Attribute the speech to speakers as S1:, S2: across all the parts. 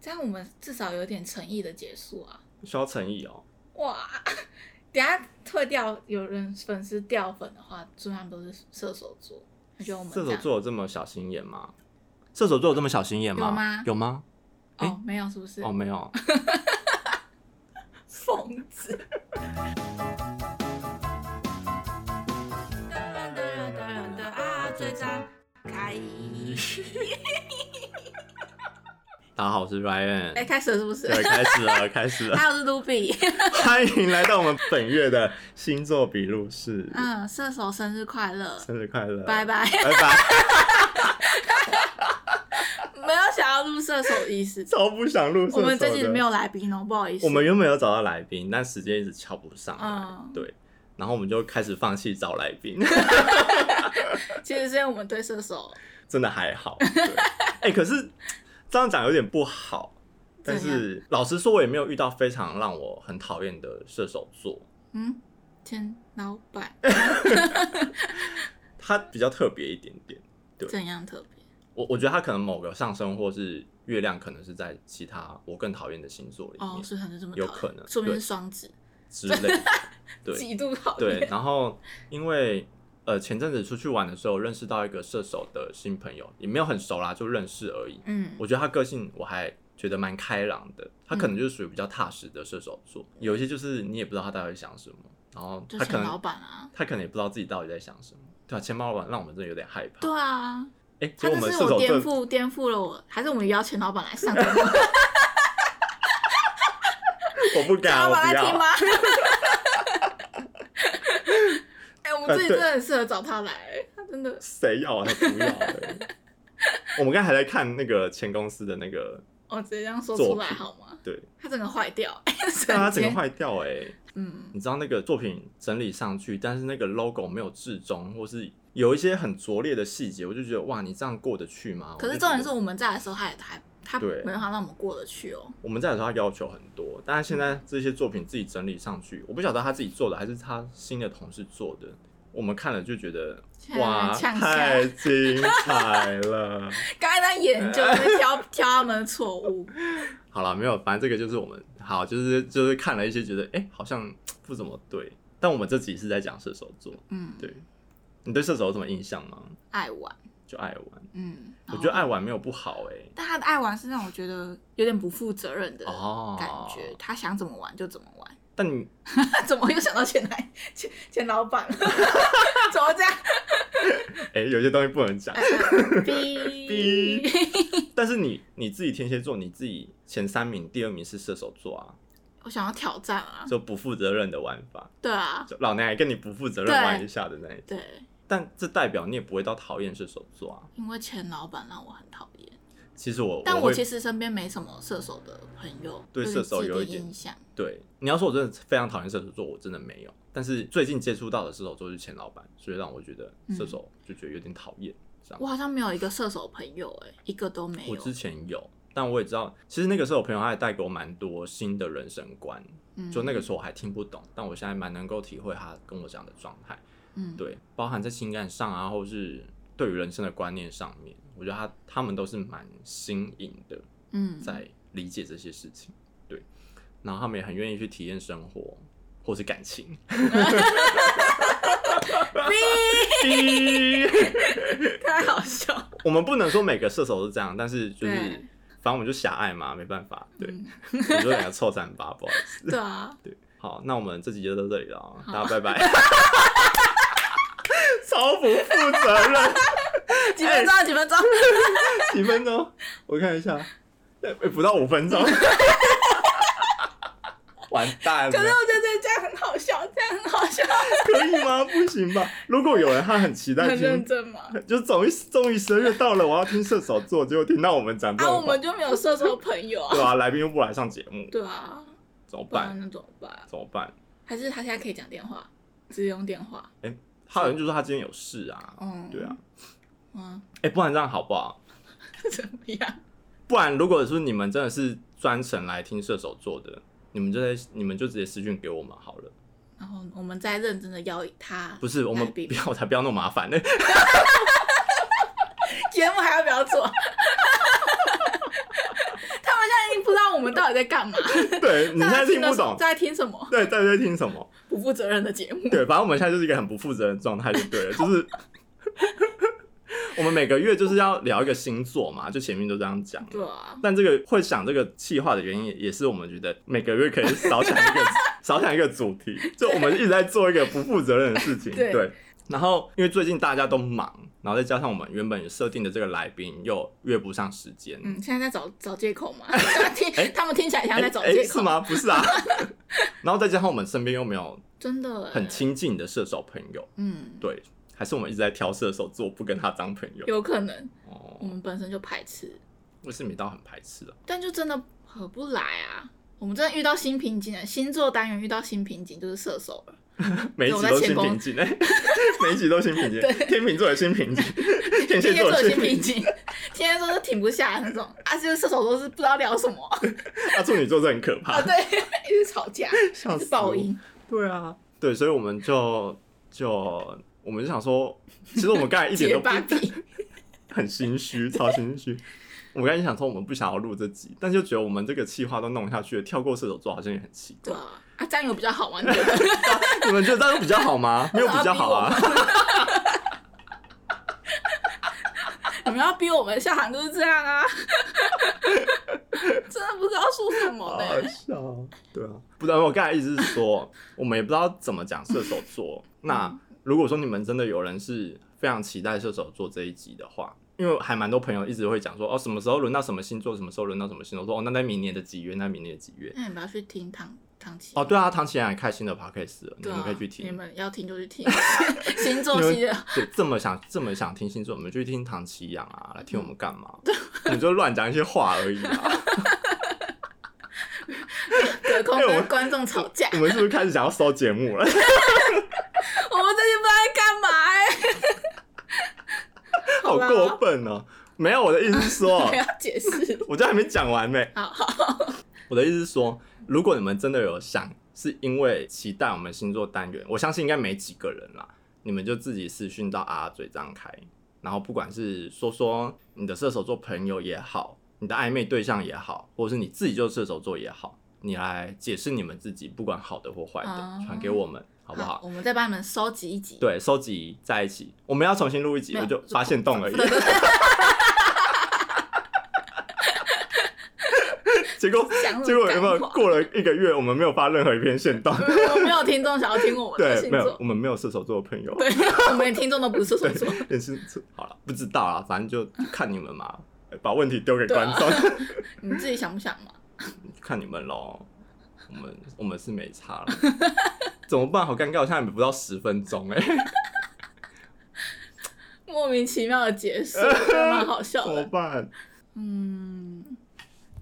S1: 这样我们至少有点诚意的结束啊！
S2: 需要诚意哦。
S1: 哇， 等一下退掉，有人粉丝掉粉的话，基本上都是射手座。你觉得我们这
S2: 射
S1: 样
S2: 手座有这么小心眼吗？射手座有这么小心眼吗？
S1: 有吗
S2: 有吗？
S1: 哦，没有是不是？
S2: 哦，没有。
S1: 疯子。 啊，最渣开！
S2: 大家好，我是 Ryan。
S1: 哎，开始了是不是？
S2: 对，开始了，开 始了。
S1: 还有是卢比，
S2: 欢迎来到我们本月的星座笔录室。
S1: 嗯，射手生日快乐，
S2: 生日快乐！
S1: 拜拜。
S2: 拜拜！
S1: 没有想要录射手的意思，
S2: 超不想录射手
S1: 我
S2: 的。
S1: 们这集没有来宾哦，不好意思。
S2: 我们原本有找到来宾，但时间一直敲不上来。
S1: 嗯
S2: 对，然后我们就开始放弃找来宾，
S1: 其实是因为我们对射手
S2: 真的还好。对，哎、可是这样讲有点不好。但是老实说，我也没有遇到非常让我很讨厌的射手座。
S1: 嗯，前老板
S2: 他比较特别一点点。对
S1: 怎样特别？
S2: 我我觉得他可能某个上升或是月亮，可能是在其他我更讨厌的星座里面、
S1: 哦，所以他就这么
S2: 有
S1: 讨厌
S2: 可能
S1: 说明是
S2: 对
S1: 双子，
S2: 之类的。对
S1: 极度讨
S2: 对，
S1: 厌。
S2: 然后因为呃前阵子出去玩的时候，认识到一个射手的新朋友，也没有很熟啦，就认识而已。
S1: 嗯，
S2: 我觉得他个性我还觉得蛮开朗的，他可能就是属于比较踏实的射手座，有一些就是你也不知道他到底想什么，然后
S1: 就
S2: 他可
S1: 前老
S2: 能
S1: 板啊，
S2: 他可能也不知道自己到底在想什么。对啊，钱包老板让我们真的有点害怕。
S1: 对啊，
S2: 哎，结
S1: 他
S2: 果
S1: 这
S2: 们
S1: 是
S2: 射
S1: 我
S2: 手
S1: 颠
S2: 座
S1: 覆颠覆了我，还是我们邀钱老板来 上节目？
S2: 我不
S1: 钱
S2: 敢，
S1: 老
S2: 啊我
S1: 板
S2: 不
S1: 来听
S2: 要
S1: 吗。？ 哎，我们这里真的很适合找他来，他真的
S2: 谁要啊？才不要、欸！我们刚才还在看那个前公司的那个，
S1: 我直接这样说
S2: 作
S1: 出来
S2: 品
S1: 好吗？
S2: 对，
S1: 他整个坏掉，
S2: 但它整
S1: 瞬
S2: 个
S1: 间，
S2: 坏掉哎、
S1: 嗯，
S2: 你知道那个作品整理上去，但是那个 logo 没有至中，或是有一些很拙劣的细节，我就觉得哇，你这样过得去吗？
S1: 可
S2: 我
S1: 是
S2: 就
S1: 重点是
S2: 觉得
S1: 我们在的时候，他也还他没
S2: 对
S1: 办法让我们过得去哦。
S2: 我们在的时候他要求很多，但是现在这些作品自己整理上去，我不晓得他自己做的还是他新的同事做的。我们看了就 觉得
S1: 现在
S2: 哇，
S1: 呛一下
S2: 太精彩了！
S1: 刚才在研究，在挑挑他们的错误。
S2: 好了，没有，反正这个就是我们好，就是就是看了一些，觉得哎、诶好像不怎么对。但我们这集是在讲射手座，
S1: 嗯，
S2: 对你对射手有什么印象吗？
S1: 爱玩，
S2: 就爱玩，
S1: 嗯，
S2: 我
S1: 然后
S2: 觉得，爱玩没有不好哎、
S1: 但他的爱玩是让我觉得有点不负责任的
S2: 哦，
S1: 感觉，他想怎么玩就怎么玩。
S2: 但你
S1: 他 怎么又想到前台前前老板了？ 怎么这 样？
S2: 哎、有些东西不能讲。
S1: 逼
S2: 逼但是你你自己天蝎座，你自己前三名，第二名是射手座啊，
S1: 我想要挑战啊！
S2: 就不负责任的玩法，
S1: 对啊，
S2: 就老娘也跟你不负责任
S1: 对
S2: 玩一下的那一种。
S1: 对，
S2: 但这代表你也不会到讨厌射手座啊。
S1: 因为前老板让我很讨厌，
S2: 其实我，
S1: 但
S2: 我
S1: 我
S2: 会
S1: 其实身边没什么射手的朋友，
S2: 对
S1: 就是
S2: 射手有一
S1: 既定
S2: 点
S1: 印象。
S2: 对，你要说我真的非常讨厌射手座，我真的没有。但是最近接触到的射手座是前老板，所以让我觉得射手
S1: 嗯
S2: 就觉得有点讨厌。这样，
S1: 我好像没有一个射手朋友、哎，一个都没
S2: 我
S1: 有。
S2: 之前有，但我也知道，其实那个时候我朋友他也带给我蛮多新的人生观。
S1: 嗯
S2: 就那个时候我还听不懂，但我现在蛮能够体会他跟我讲的状态。
S1: 嗯，
S2: 对，包含在情感上啊，或是对于人生的观念上面，我觉得他他们都是蛮新颖的。
S1: 嗯，
S2: 在理解这些事情，对，然后他们也很愿意去体验生活或是感情。
S1: 太好笑。
S2: 我们不能说每个射手都这样，但是就是
S1: 对
S2: 反正我们就狭隘嘛，没办法，对，
S1: 嗯
S2: 我们就两个臭三八，不好意思。
S1: 对啊，
S2: 对，好，那我们这集就到这里了哦，
S1: 好
S2: 大家拜拜。 超不负责任，
S1: 几分钟？几分钟？
S2: 几分钟？我看一下，呃不到五分钟， 完蛋了。
S1: 可是我觉得这这样很好笑，这样很好笑，
S2: 可以吗？不行吧？如果有人他很期待
S1: 很认
S2: 听，
S1: 真嘛。啊
S2: 就终于终于十二月到了，我要听射手座，结果听到我们讲这
S1: 啊，我
S2: 种话，
S1: 们就没有射手朋友啊。
S2: 对啊，来宾又不来上节目，
S1: 对啊，
S2: 怎么
S1: 不然
S2: 办？
S1: 那怎么办？啊
S2: 怎么办？
S1: 还是他现在可以讲电话，直接用电话。
S2: 他好像就说他今天有事啊，
S1: 嗯，
S2: 对啊，，
S1: 嗯，
S2: 哎、不然这样好不好？
S1: 怎么样？
S2: 不然如果说你们真的是专程来听射手座的，你们就在你们就直接私讯给我们好了。
S1: 然后我们再认真的邀他。
S2: 不是，我
S1: 来
S2: 们不
S1: 宾
S2: 要才不要那么麻烦呢。
S1: 节目还要不要做？他们现在已经我们到底在干嘛？
S2: 对你现在听
S1: 大家的
S2: 不
S1: 时候
S2: 懂，
S1: 在听什么
S2: 对，在在听什么？
S1: 不负责任的节目。
S2: 对，反正我们现在就是一个很不负责任的状态，就对了，就是我们每个月就是要聊一个星座嘛，就前面就这样讲。
S1: 对啊，
S2: 但这个会想这个气划的原因，也也是我们觉得每个月可以少想一个少想一个主题，就我们一直在做一个不负责任的事情。
S1: 对
S2: 对。然后因为最近大家都忙，然后再加上我们原本设定的这个来宾又约不上时间，
S1: 嗯，现在在找找借 口嘛？听他们听起来像在找
S2: 哎
S1: 借
S2: 是
S1: 口，
S2: 吗？不是啊。 然后再加上我们身边又没有
S1: 真的欸
S2: 很亲近的射手朋友，
S1: 嗯，
S2: 对，还是我们一直在挑射手座，不跟他当朋友。
S1: 有可能我
S2: 哦，
S1: 们本身就排斥，
S2: 我是没到很排斥的、啊
S1: 但就真的合不来啊。我们真的遇到新瓶颈了，星座单元遇到新瓶颈就是射手 了，
S2: 每一集都新瓶颈，哎、 每一集都新瓶颈，天秤座的新瓶颈，天
S1: 天
S2: 蝎
S1: 蝎
S2: 座
S1: 座
S2: 的
S1: 有
S2: 新
S1: 新
S2: 瓶
S1: 瓶
S2: 颈，
S1: 颈，天蝎座就停不下来那种啊，就是射手座是不知道聊什么
S2: 啊，处女座这很可
S1: 啊，
S2: 怕，
S1: 对，一直吵架，一
S2: 笑
S1: 直
S2: 死
S1: 爆
S2: 我
S1: 音，
S2: 对啊，对，所以我们就就我们就想说，其实我们刚才一 点
S1: 结
S2: 都不
S1: 巴比，
S2: 很心虚，超心虚。我刚才想说我们不想要录这集，但就觉得我们这个气话都弄下去了，跳过射手座好像也很奇怪
S1: 对。啊，啊，这样有比较好玩的，对
S2: 你们觉得这样比较好吗？没有比较好啊。
S1: 你们要逼我们下场就是这样啊， 真的不知道说什么呢、
S2: 笑哦，对啊，不然我刚才意思是说，我们也不知道怎么讲射手座。那如果说你们真的有人是非常期待射手座这一集的话，因为还蛮多朋友一直会讲说，哦，什么时候轮到什么星座，什么时候轮到什么星座，说哦，那在明年的几月，那明年的几月。
S1: 那你们要去听唐唐琪
S2: 哦，，对啊，唐奇然也开新的 podcast 了，你
S1: 对
S2: 们
S1: 啊
S2: 可以去
S1: 你
S2: 听。
S1: 们要听就去听， 星座
S2: 你
S1: 系列
S2: 们对这么想这么想听星座，我们就去听唐奇阳啊，来听我们干嘛？我们就乱讲一些话而已啊。
S1: 隔空
S2: 哎我
S1: 跟观众吵 架，
S2: 你们是不是开始想要收节目
S1: 我
S2: 了？
S1: 们最近不知道在干嘛哎、
S2: 好
S1: 啦
S2: 过分哦！没有，我的意思是说
S1: 不，要解释。
S2: 我这还没讲完呢。
S1: 好好，
S2: 我的意思是说，如果你们真的有想，是因为期待我们星座单元，我相信应该没几个人啦。你们就自己私讯到啊嘴张开，然后不管是说说你的射手座朋友也好，你的暧昧对象也好，或者是你自己就是射手座也好，你来解释你们自己，不管好的或坏
S1: 哦
S2: 的，传给我们，好不好？
S1: 我们再帮你们收集一集。
S2: 对，收集在一起，我们要重新录一集，
S1: 没有
S2: 我就发现洞而已。 结果
S1: 讲
S2: 结果
S1: 什
S2: 有
S1: 么
S2: 没有
S1: 干话
S2: 过了一个月，我们没有发任何一篇线 动？
S1: 我没有听众想要听我们的
S2: 对，
S1: 星
S2: 没有，
S1: 座
S2: 我，们没有射手座的朋友，
S1: 对，我们连听众都不是射手座，
S2: 也是好了，不知道啦，反正就看你们嘛，把问题丢给
S1: 对
S2: 观
S1: 啊
S2: 众，
S1: 你自己想不想嘛？
S2: 看你们喽。我们我们是没差了， 怎么办？好尴尬，我现在还不到十分钟哎、
S1: 莫名其妙的结束，我觉得蛮好笑
S2: 怎么
S1: 的。
S2: 办？
S1: 嗯，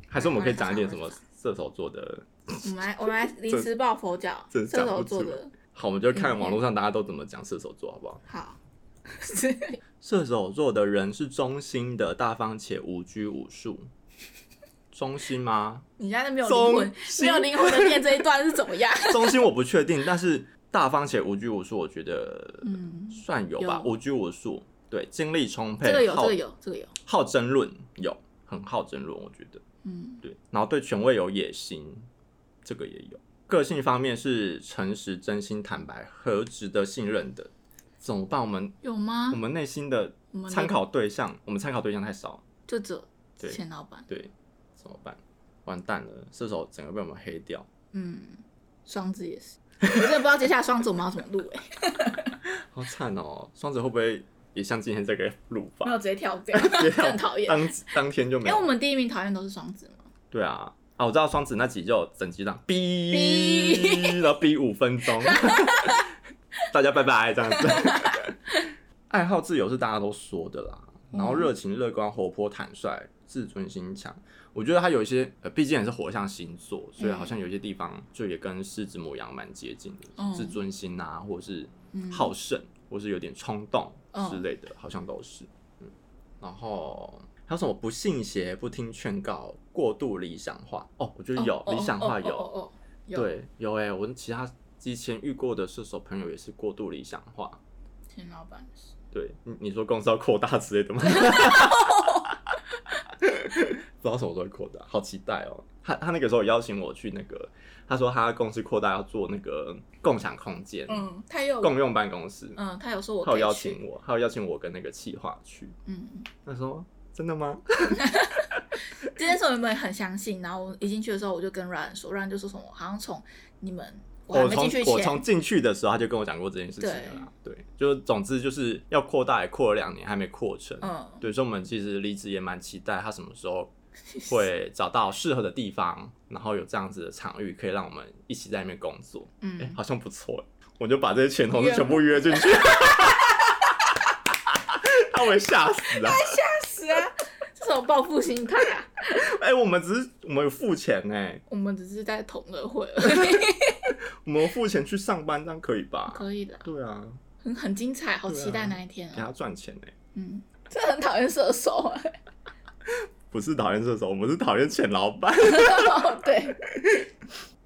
S2: 还是我们可以讲一点什么射手座的？
S1: 我们来，我们来临时抱佛脚，
S2: 这
S1: 射
S2: 这
S1: 手座
S2: 讲
S1: 的，
S2: 好，我们就
S1: 嗯
S2: 看网络上大家都怎么讲射手座，好不好？
S1: 好，
S2: 射手座的人是中心的、大方且无拘无束。中心吗？
S1: 你现在没有灵魂
S2: 中，
S1: 没有灵魂的念这一段是怎么样？
S2: 中心我不确定，但是大方且无拘无束，我觉得
S1: 嗯，
S2: 算有吧，
S1: 有
S2: 无拘无束。对，精力充沛，
S1: 这个有，
S2: 好
S1: 这个有，这个有，
S2: 好争论，有很好争论，我觉得
S1: 嗯，
S2: 对。然后对权威有野心，这个也有。个性方面是诚实、真心、坦白、和值得信任的。怎么办？我们
S1: 有吗
S2: 我？们内心的
S1: 啊我们的
S2: 参考对象，我们参考对象太少，
S1: 就只有
S2: 对
S1: 钱老板，
S2: 对，怎么办？完蛋了，射手整个被我们黑掉，
S1: 嗯，双子也是，我真的不知道接下来双子我们要怎么录哎，
S2: 好惨哦！双子会不会也像今天这个路
S1: 没
S2: 法？
S1: 有直接跳掉，
S2: 直接跳
S1: 更讨厌，
S2: 当当天就
S1: 因
S2: 没
S1: 为我
S2: 有。
S1: 们第一名讨厌都是双子嘛，
S2: 对啊，啊，我知道双子那集就有整集这样
S1: 哔
S2: 哔，然后哔五分 钟，大家拜拜这样子。爱好自由是大家都说的啦，然
S1: 嗯
S2: 后热情、乐观、活泼、坦率、自尊心强。我觉得他有一些，呃，毕竟也是火象星座，所以好像有一些地方就也跟狮子母羊蛮接近的，
S1: 嗯
S2: 自尊心啊，或者是
S1: 嗯
S2: 好胜，或是有点冲动
S1: 嗯
S2: 之类的，好像都是。嗯，然后还有什么不信邪、不听劝告、过度理想化？哦，我觉得有、
S1: 哦
S2: 理想化
S1: 哦
S2: 有，
S1: 哦哦哦有，
S2: 对，有哎、我其他之前遇过的射手朋友也是过度理想化。
S1: 钱老板是，
S2: 对，你你说公司要扩大之类的吗？知道什么时候会扩大，好期待哦。他他那个时候有邀请我去那个，他说他公司扩大要做那个共享空间、
S1: 嗯，他有
S2: 共用办公室，
S1: 嗯，他有说我
S2: 他有
S1: 可以
S2: 邀
S1: 去，
S2: 请我，他有邀请我跟那个企划去。
S1: 嗯，嗯
S2: 他说真的吗？
S1: 这件事我原本很相信，然后我一进去的时候我就跟 Ryan 说，Ryan 就说什么好像从你们我还
S2: 我
S1: 没
S2: 从
S1: 进去
S2: 我
S1: 前，
S2: 从进去的时候他就跟我讲过这件事情了啦。对，就总之就是要扩大，也扩了两年还没扩成。
S1: 嗯，
S2: 对，所以我们其实离职也蛮期待他什么时候会找到适合的地方，然后有这样子的场域可以让我们一起在里面工作。哎、
S1: 嗯，
S2: 好像不错哎，我就把这些前同事全部约进去， 他会吓死啊！
S1: 是啊，这种报复心态啊，
S2: 哎、我们只是我们有付钱哎，
S1: 我们只是在同乐会而已，
S2: 我们付钱去上班，这样可以吧？
S1: 可以啦，
S2: 对啊，
S1: 很很精彩，好
S2: 对啊
S1: 期待那一天
S2: 给
S1: 哦，
S2: 他赚钱哎，
S1: 嗯，这很讨厌射手啊，
S2: 不是讨厌射手，我们是讨厌钱老板。
S1: 啊 对，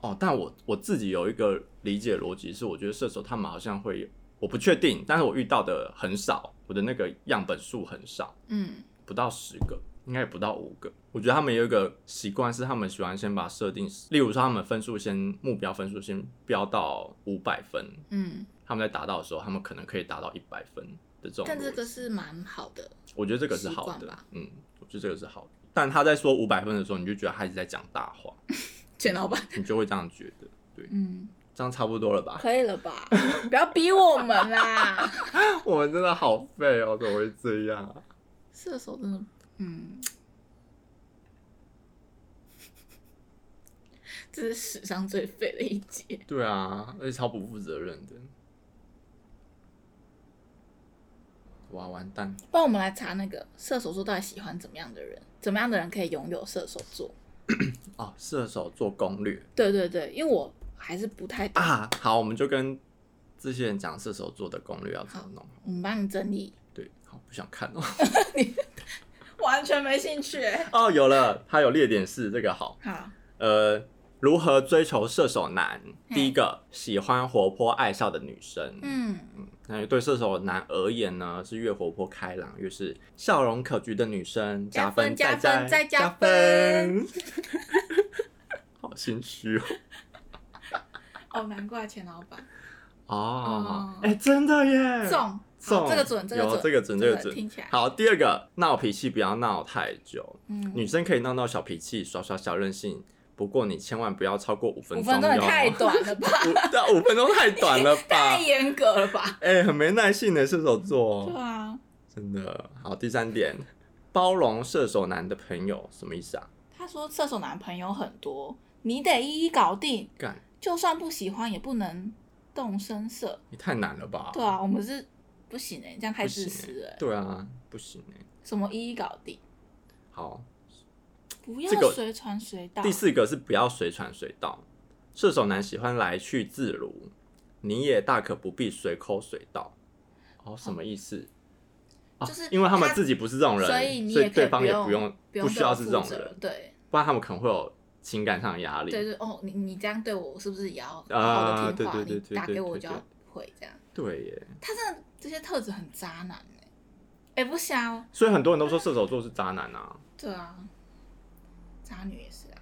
S2: 哦，但我我自己有一个理解逻辑是，我觉得射手他们好像会有，我不确定，但是我遇到的很少，我的那个样本数很少，
S1: 嗯
S2: 不到十个，应该也不到五个。我觉得他们有一个习惯是，他们喜欢先把设定，例如说他们分数先目标分数先标到五百分，
S1: 嗯，
S2: 他们在达到的时候，他们可能可以达到一百分的这种逻辑。
S1: 但这个是蛮好的，
S2: 我觉得这个是好
S1: 习
S2: 的
S1: 惯吧，
S2: 嗯，我觉得这个是好的。但他在说五百分的时候，你就觉得他一直在讲大话，
S1: 简老板，
S2: 你就会这样觉得。对，
S1: 嗯，
S2: 这样差不多了吧？
S1: 可以了吧？ 不要逼我们啦，
S2: 我们真的好废哦，怎么会这样啊？
S1: 射手真的，嗯， 这是史上最废的一集。
S2: 对啊，而且超不负责任的。哇，完蛋！
S1: 不然我们来查那个射手座到底喜欢怎么样的人，怎么样的人可以拥有射手座？
S2: 哦，射手座攻略
S1: 对对对，因为我还是不太懂。
S2: 啊，好，我们就跟这些人讲射手座的攻略要怎么弄。
S1: 我们帮你整理，
S2: 对，好，不想看哦。
S1: 完全没兴趣、欸。
S2: 哦，有了，它有列点是这个好。
S1: 好，
S2: 呃，如何追求射手男？
S1: 嗯
S2: 第一个，喜欢活泼爱笑的女生。
S1: 嗯
S2: 那对射手男而言呢，是越活泼开朗，越是笑容可掬的女生，
S1: 加
S2: 分
S1: 分
S2: 加
S1: 加分再加
S2: 加分。 好心虚哦。
S1: 哦，难怪钱老板
S2: 哦
S1: 哦，
S2: 哎、真的耶，
S1: 中，好
S2: 中，
S1: 这个准，这个
S2: 有
S1: 准，
S2: 这个准，这个准。
S1: 听起来，
S2: 好，第二个，闹脾气不要闹太久，
S1: 嗯，
S2: 女生可以闹闹小脾气，耍耍小任性，不过你千万不要超过五分
S1: 五
S2: 钟
S1: 分钟也
S2: 哟
S1: 太短了吧？
S2: 五对啊五分钟太短了吧
S1: 太？严格了吧？
S2: 哎、很没耐性的射手座
S1: 对
S2: 哦，
S1: 啊，
S2: 真的。好，第三点，包容射手男的朋友什么意思啊？
S1: 他说射手男朋友很多，你得一一搞定，
S2: 干，
S1: 就算不喜欢也不能动声色。
S2: 你太难了吧？
S1: 对啊，我们是不行哎、这样太
S2: 哦不
S1: 自
S2: 行
S1: 私了、
S2: 欸，对啊，不行哎、
S1: 什么一一搞定，
S2: 好，
S1: 不要
S2: 这个
S1: 随传随到。
S2: 啊第四个是不要随传随到，射手男喜欢来去自如，你也大可不必随口随到。哦，什么意思？哦
S1: 就是
S2: 因为他们
S1: 他
S2: 自己不是这种人，
S1: 所以你也可以
S2: 对方也
S1: 不用
S2: 不需
S1: 对我
S2: 要是
S1: 负
S2: 这种
S1: 责
S2: 人，
S1: 对
S2: 不然他们可能会有情感上的压力。
S1: 对对哦，你你这样对我，我是不是也要好
S2: 啊
S1: 好的听话？
S2: 对对对对
S1: 你打给我
S2: 对
S1: 我
S2: 对
S1: 就要会这样。
S2: 对耶，
S1: 他真的这些特质很渣男哎、哎、不行啊，
S2: 所以很多人都说射手座是渣男啊，
S1: 对啊，渣女也是啊，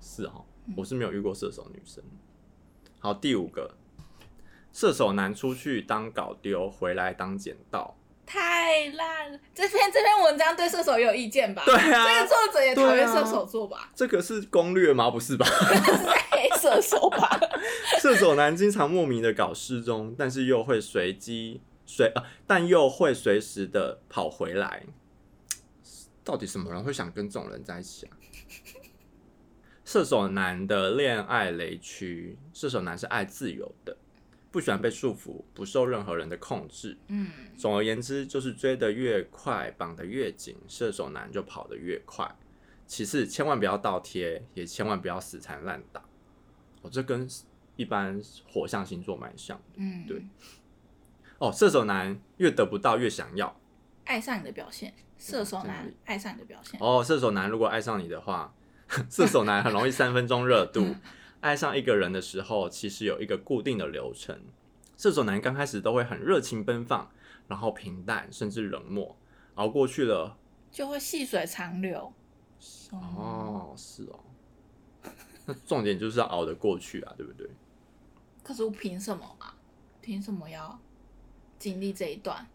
S2: 是哦
S1: 嗯，
S2: 我是没有遇过射手女生。好，第五个，射手男出去当搞丢，回来当捡到。
S1: 太烂了。这篇这篇文章对射手也有意见吧？
S2: 对
S1: 这个
S2: 啊，
S1: 作者也讨厌射手座吧？
S2: 这个是攻略吗？不是吧？
S1: 这是在黑射手吧？
S2: 射手男经常莫名的搞失踪，但是又会随机随呃，但又会随时的跑回来。到底什么人会想跟这种人在一起啊？射手男的恋爱雷区，射手男是爱自由的，不喜欢被束缚，不受任何人的控制。
S1: 嗯
S2: 总而言之，就是追得越快，绑得越紧，射手男就跑得越快。其次，千万不要倒贴，也千万不要死缠烂打。哦，这跟一般火象星座蛮像的
S1: 嗯，
S2: 对，哦。射手男越得不到越想要。
S1: 爱上你的表现，射手
S2: 在哪
S1: 男
S2: 里
S1: 爱上你的表现，
S2: 哦，射手男如果爱上你的话， 射手男很容易三分钟热度。爱上一个人的时候，其实有一个固定的流程。射手男刚开始都会很热情奔放，然后平淡甚至冷漠，熬过去了
S1: 就会细水长流。凶
S2: 哦，是哦。 那重点就是要熬得过去啊，对不对？
S1: 可是我凭什么啊？凭什么要经历这一段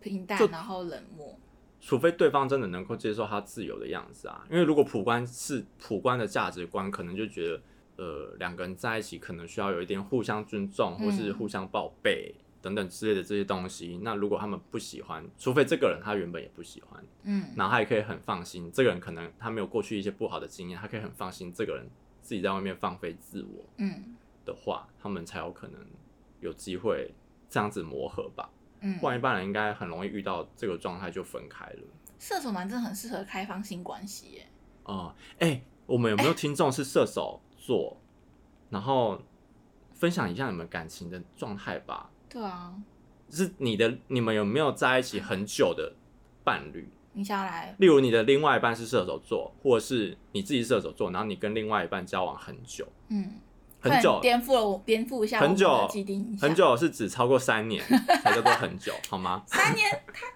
S1: 平淡
S2: 就，
S1: 然后冷漠？
S2: 除非对方真的能够接受他自由的样子啊，因为如果普观是普观的价值观，可能就觉得呃两个人在一起可能需要有一点互相尊重，或是
S1: 嗯
S2: 互相报备等等之类的这些东西。那如果他们不喜欢，除非这个人他原本也不喜欢，
S1: 嗯，
S2: 然后他也可以很放心，这个人可能他没有过去一些不好的经验，他可以很放心这个人自己在外面放飞自我
S1: 嗯
S2: 的话，他们才有可能有机会这样子磨合吧。
S1: 嗯
S2: 不，然一般人应该很容易遇到这个状态就分开了。
S1: 射手男真的很适合开放性关系耶。
S2: 哦，哎、我们有没有听众是射手座？然后分享一下你们感情的状态吧。
S1: 对啊，
S2: 就是你的，你们有没有在一起很久的伴侣？
S1: 你想要来，
S2: 例如你的另外一半是射手座，或者是你自己是射手座，然后你跟另外一半交往很久，
S1: 嗯，快
S2: 很
S1: 点
S2: 久，
S1: 颠覆了我，颠覆一下我
S2: 很
S1: 们
S2: 久
S1: 的既定印象。
S2: 很，久是指超过三年才叫做很久，好吗？
S1: 三年，太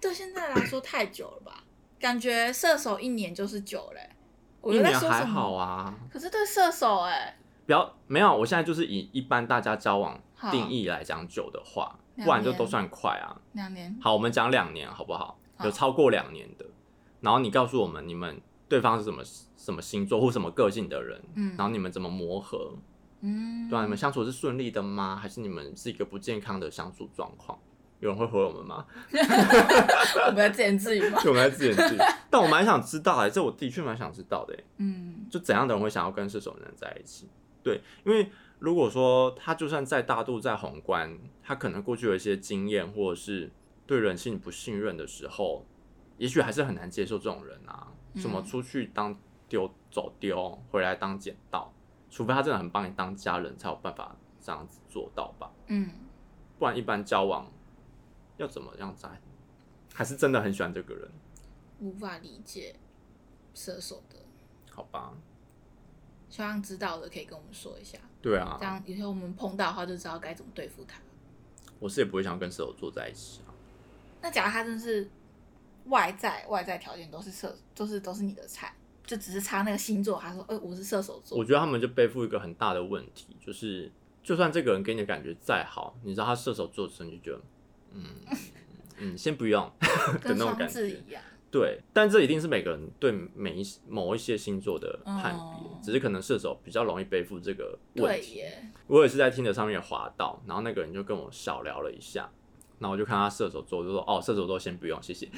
S1: 对现在来说太久了吧？感觉射手一年就是久嘞。我
S2: 一
S1: 又在
S2: 年
S1: 说
S2: 还
S1: 什
S2: 好
S1: 么？
S2: 啊，
S1: 可是对射手哎，
S2: 不要没有，我现在就是以一般大家交往
S1: 好
S2: 定义来讲久的话，
S1: 两
S2: 不然就
S1: 年
S2: 都算快啊。
S1: 两年
S2: 好，我们讲两年好不好？
S1: 好
S2: 有超过两年的，然后你告诉我们你们对方是什么什么星座或什么个性的人，
S1: 嗯
S2: 然后你们怎么磨合，
S1: 嗯，
S2: 对啊，你们相处是顺利的吗？还是你们是一个不健康的相处状况？有人会回我们吗？
S1: 我们在自言自语吗？
S2: 就我们在自言自语，但我蛮想知道哎、这我的确蛮想知道的哎、
S1: 嗯
S2: 就怎样的人会想要跟射手男在一起？对，因为如果说他就算再大度、再宏观，他可能过去有一些经验，或者是对人性不信任的时候，也许还是很难接受这种人啊。
S1: 嗯
S2: 什么出去当丢走丢，回来当捡到，除非他真的很把你当家人，才有办法这样子做到吧。
S1: 嗯，
S2: 不然一般交往要怎么样在？还是真的很喜欢这个人，
S1: 无法理解射手的，
S2: 好吧？
S1: 希望知道的可以跟我们说一下，
S2: 对啊
S1: 这，样以后我们碰到的话就知道该怎么对付他。
S2: 我是也不会想要跟射手座在一起啊。
S1: 那假如他真是外在外在条件都是射，就是都是你的菜，就只是差那个星座，他说，呃，我是射手
S2: 我
S1: 座，
S2: 觉得他们就背负一个很大的问题，就是就算这个人给你的感觉再好，你知道他射手座的时候，你就觉得，嗯嗯，先不用的
S1: 跟
S2: 那种
S1: 双
S2: 感
S1: 子
S2: 觉。
S1: 一样，
S2: 对，但这一定是每个人对每一某一些星座的判别，
S1: 哦
S2: 只是可能射手比较容易背负这个问
S1: 对
S2: 题。
S1: 耶，
S2: 我也是在听的上面滑到，然后那个人就跟我小聊了一下，然后我就看他射手座，我就说哦，射手座先不用，谢谢。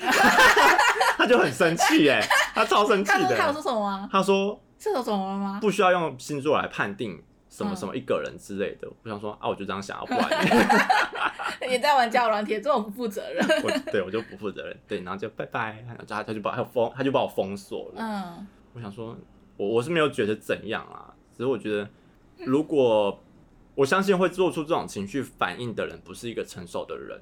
S2: 他就很生气耶，他超生气
S1: 他说他有
S2: 的。
S1: 说什么吗？
S2: 他说
S1: 射手怎么了吗？
S2: 不需要用星座来判定什么什么一个人之类的。我想说啊，我就这样想，要不然
S1: 也在玩交友软体，这种不负责任。
S2: 我对我就不负责任，对，然后就拜拜，然后他他就把他封他就把我封锁了。
S1: 嗯，
S2: 我想说，我我是没有觉得怎样啊，只是我觉得如果我相信会做出这种情绪反应的人，不是一个成熟的人。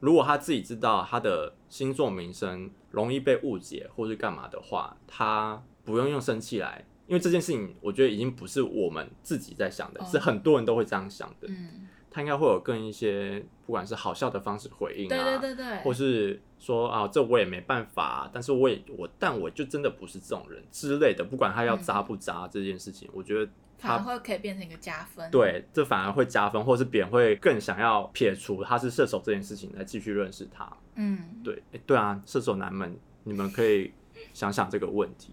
S2: 如果他自己知道他的星座名声容易被误解或是干嘛的话，他不用用生气来，因为这件事情我觉得已经不是我们自己在想的，
S1: 哦
S2: 是很多人都会这样想的。
S1: 嗯，
S2: 他应该会有更一些不管是好笑的方式回应啊，
S1: 对对对对，
S2: 或是说啊，这我也没办法、但是我也我，但我就真的不是这种人之类的。不管他
S1: 嗯
S2: 要渣不渣这件事情，我觉得
S1: 反而
S2: 他
S1: 会可以变成一个加分。，
S2: 对这反而会加分，或是别人会更想要撇除他是射手这件事情来继续认识他。
S1: 嗯，
S2: 对，诶对啊，射手男们，你们可以想想这个问题。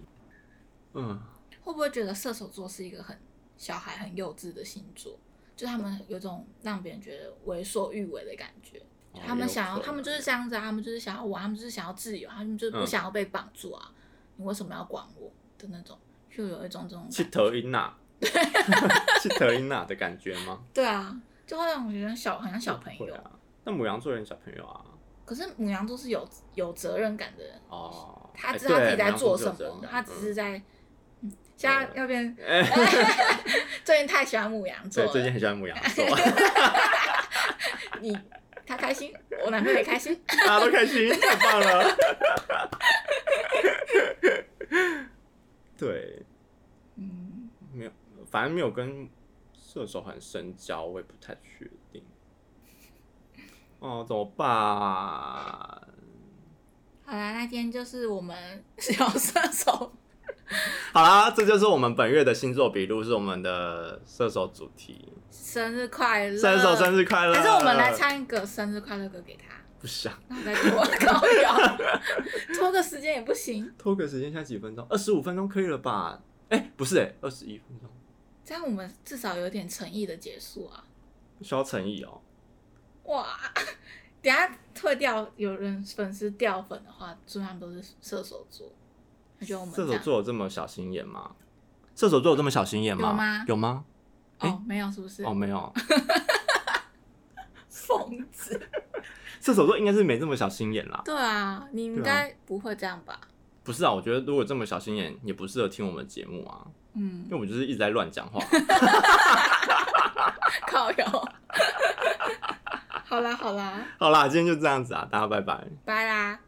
S2: 嗯，
S1: 会不会觉得射手座是一个很小孩、很幼稚的星座？就他们有种让别人觉得为所欲为的感觉。
S2: 哦
S1: 他们想
S2: 也有
S1: 要，
S2: 可能
S1: 他们就是这样子啊，他们就是想要玩，他们就是想要自由，他们就是不
S2: 嗯
S1: 想要被绑住啊！你为什么要管我的那种？就有一种这种
S2: 气
S1: 感
S2: 头音呐， 气头音呐的感觉吗？
S1: 对啊，就会让我觉得小，很像小朋
S2: 会
S1: 友。
S2: 啊，那母羊座有点小朋友啊。
S1: 可是母羊座是有有责任感的人，
S2: 哦，
S1: 他
S2: 诶
S1: 知道自己
S2: 对
S1: 在
S2: 母羊座
S1: 做
S2: 就
S1: 什
S2: 有这样
S1: 么，
S2: 的
S1: 他只
S2: 嗯呃哎
S1: 是在。嗯现在要 变， 最近太喜欢母羊座
S2: 对，
S1: 了。
S2: 最近很喜欢 母羊座，
S1: 你他开心，我男朋友也开心。
S2: 大家都开心，太棒了。 对，
S1: 嗯，
S2: 没有，反正没有跟射手很深交，我也不太确定。哦，怎么办？
S1: 好啦，那今天就是我们小射手
S2: 好啦，这就是我们本月的星座笔录，是我们的射手主题。
S1: 生日快乐！
S2: 射手生日快乐！
S1: 嗯还是我们来？唱一个生日快乐歌给他，
S2: 不想
S1: 然后再拖高摇， 拖个时间也不行，
S2: 拖个时间，现在几分钟？二十五分钟可以了吧？哎、不是哎、二十一分钟，
S1: 这样我们至少有点诚意的结束啊！
S2: 需要诚意哦。
S1: 哇，等一下退掉有人粉丝掉粉的话，基本上都是射手座，他觉得我们
S2: 射
S1: 这
S2: 手
S1: 样
S2: 座有这么小心眼吗？射手座有这么小心眼吗？
S1: 有吗
S2: 有吗？
S1: 哦没有是不是？
S2: 哦，没有，
S1: 疯子！
S2: 射手座应该是没这么小心眼啦。
S1: 对啊，你应该不会这样吧？
S2: 不是啊，我觉得如果这么小心眼，也不适合听我们的节目啊，
S1: 嗯
S2: 因，为我们就是一直在乱讲话。 啊
S1: 靠摇。 好啦好啦，
S2: 好啦，今天就这样子啊，大家拜拜。
S1: 拜啦。